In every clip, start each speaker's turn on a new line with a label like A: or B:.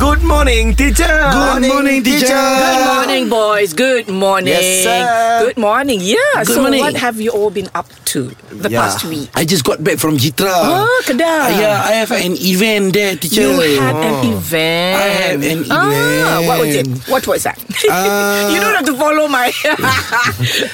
A: Good morning, teacher.
B: Good morning, teacher.
C: Good morning, boys. Good morning.
B: Yes, sir.
C: Good morning. Yeah.
B: Good
C: so,
B: morning.
C: what have you all been up to the
B: Yeah.
C: past week?
B: I just got back from Jitra.
C: Oh, Kedah.
B: Yeah, I have an event there, teacher.
C: You had an event.
B: I had an
C: Ah, what was it?
B: event.
C: What was that?
B: Uh,
C: you don't have to follow my.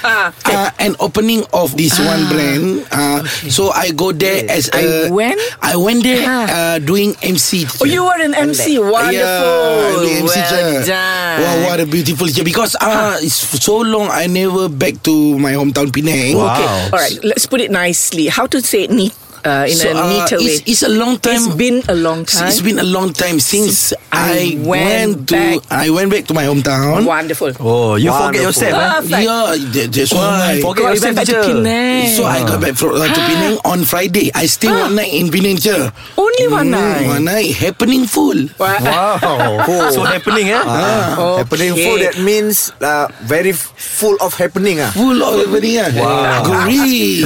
C: Ah,
B: uh, an opening of this one brand. Uh, So I go there as
C: I
B: a-
C: went?
B: I went there
C: Ah.
B: uh, doing MC.
C: oh,
B: teacher.
C: you were an MC. Wonderful.
B: Yeah, I'm the MC
C: well
B: teacher.
C: done.
B: Wow, what a beautiful teacher. Because uh, it's so long I never back to my hometown Penang.
A: Wow.
C: Okay. All right. Let's put it nicely. How to say it neat, uh, in
B: So,
C: a
B: uh,
C: neater way?
B: it's, it's a long time.
C: it's been a long time.
B: It's been a long time since I,
C: I went
B: went, to
C: back.
B: I went back to my hometown.
C: wonderful.
A: Oh, you forget
B: Wonderful.
A: yourself. eh?
C: Perfect. Oh,
B: Yeah, that- that's why.
A: forget
C: Got
A: your event,
C: sent back to
A: teacher.
C: Penang.
B: So I got back from, uh,
C: Ah.
B: to Penang on Friday. I stay one night in Penang. Sir. Mm,
C: Only one night.
B: One night happening full.
C: Wha-
A: Wow. So happening, eh?
C: Okay.
D: Ah, Happening full that means uh, very f- full of happening ah.
B: Full of everything. ah. Gurih.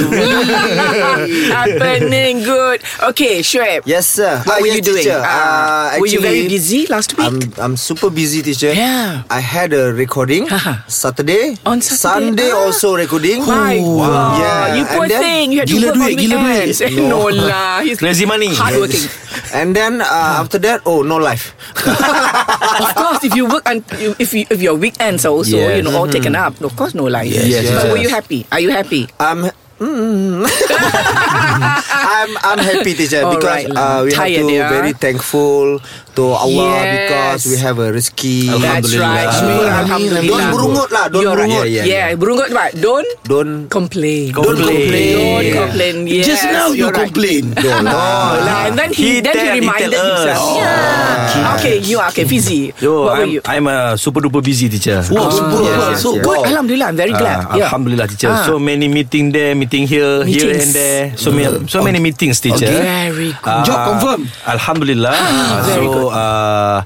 C: happening good. Okay, Shoaib.
D: Yes sir.
C: What
D: Ah,
C: were
D: yes,
C: you doing?
D: Teacher.
C: Ah,
D: Uh,
C: were you very
D: actually,
C: busy last week?
D: I'm I'm super busy teacher.
C: Yeah.
D: I had a recording
C: Haha.
D: Saturday.
C: On Saturday,
D: Sunday
C: ah.
D: also recording.
C: My God,
D: Yeah,
C: you
D: and
C: poor
D: then-
C: thing. You had to
B: Gila
C: work
B: duit,
C: on
B: gila duit.
C: weekends. No, lah. He's
A: Crazy money.
C: hardworking.
D: And then uh, after that, oh no life.
C: of course, if you work and if you, if your weekends are also
A: Yes.
C: you know all taken up, of course, no life.
B: Yes,
A: yes,
C: But
A: yes.
C: were you happy? Are you happy?
D: I'm. Mm. I'm I'm happy teacher
C: All right
D: because
C: lah.
D: uh, we
C: Tired,
D: have to
C: yeah.
D: very thankful to Allah
C: Yes.
D: because we have a rezeki.
C: That's right.
B: Alhamdulillah.
C: Alhamdulillah.
D: Don't berungut lah, don't
C: You're right.
D: berungut.
C: Yeah,
D: Yeah,
C: yeah,
D: yeah,
C: berungut but don't
D: Don't
C: complain.
D: Don't complain.
C: Don't
D: Yeah.
C: complain. Mm, Yes,
B: Just now you
C: you're right.
B: complain. Ah.
D: don't.
C: Oh, lah. and then he,
A: Ah, He
C: then
A: tell-
C: he
A: he
C: reminded
A: tell us.
C: himself.
A: Oh.
C: Yeah. Okay, you are okay, busy.
A: Yo,
C: what
A: I'm,
C: were you?
A: I'm a super duper busy teacher.
B: Wow, super.
D: yes,
B: wow,
D: yes,
B: so
D: yes.
B: good.
C: Good, Alhamdulillah, I'm very glad.
A: Ah,
C: yeah.
A: Alhamdulillah teacher.
C: Ah.
A: So many meeting there, meeting here, here
C: Meetings.
A: and there. So many, so many meetings teacher.
B: Okay.
C: Very good.
A: Ah,
B: Job confirm.
A: Alhamdulillah. Ah,
C: very
A: so uh,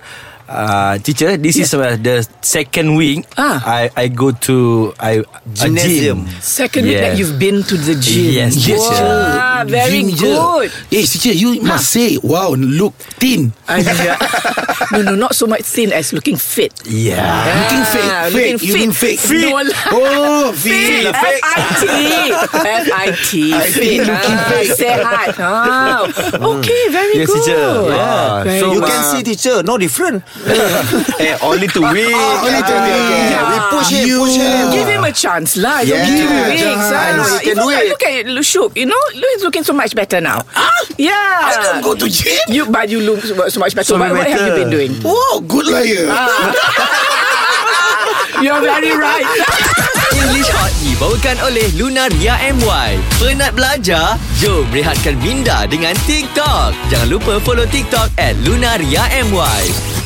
A: uh, teacher, this is uh, the second week
C: Ah.
A: I I go to I a
D: Gymnasium.
A: gym.
C: Second week that
A: Yes.
C: you've been to the gym.
A: Yes, yes,
C: Wow,
A: yeah.
C: very
B: Ginger.
C: good.
B: Eh, teacher, you must say, wow, look thin.
C: Ah, yeah. no, no, not so much thin as looking fit.
A: Yeah.
B: Looking
C: Ah,
B: fake,
C: looking
B: fake. You mean fake?
C: Fit. No, lah.
B: Oh,
C: Fit.
B: fake.
C: F-I-T F-I-T Fit
B: looking
C: ah,
B: fake.
C: Sehat ah. Okay very
A: Mm. Yes,
C: good
A: teacher. Yeah.
C: Ah, very
A: So,
D: You
C: good.
D: can see teacher no different.
A: eh, only to week.
B: Ah, Only to me.
C: Yeah.
D: We push him,
B: You-
D: push him.
C: Give him a chance lah It's
D: Yeah.
C: only two
D: Give him a
C: weeks
B: chance.
C: ah.
B: I know
D: he can
C: Even
D: do
C: I
D: it.
C: Look at Lushuk You know look, He's looking so much better now Yeah
B: I don't go to gym.
C: You But you look so so much better
A: So
C: But What have
A: better.
C: you been doing?
B: Oh, good liar.
C: You're very right
E: English Hot dibawakan oleh Lunaria MY. Penat belajar? Jom rehatkan minda dengan TikTok. Jangan lupa follow TikTok at Lunaria MY.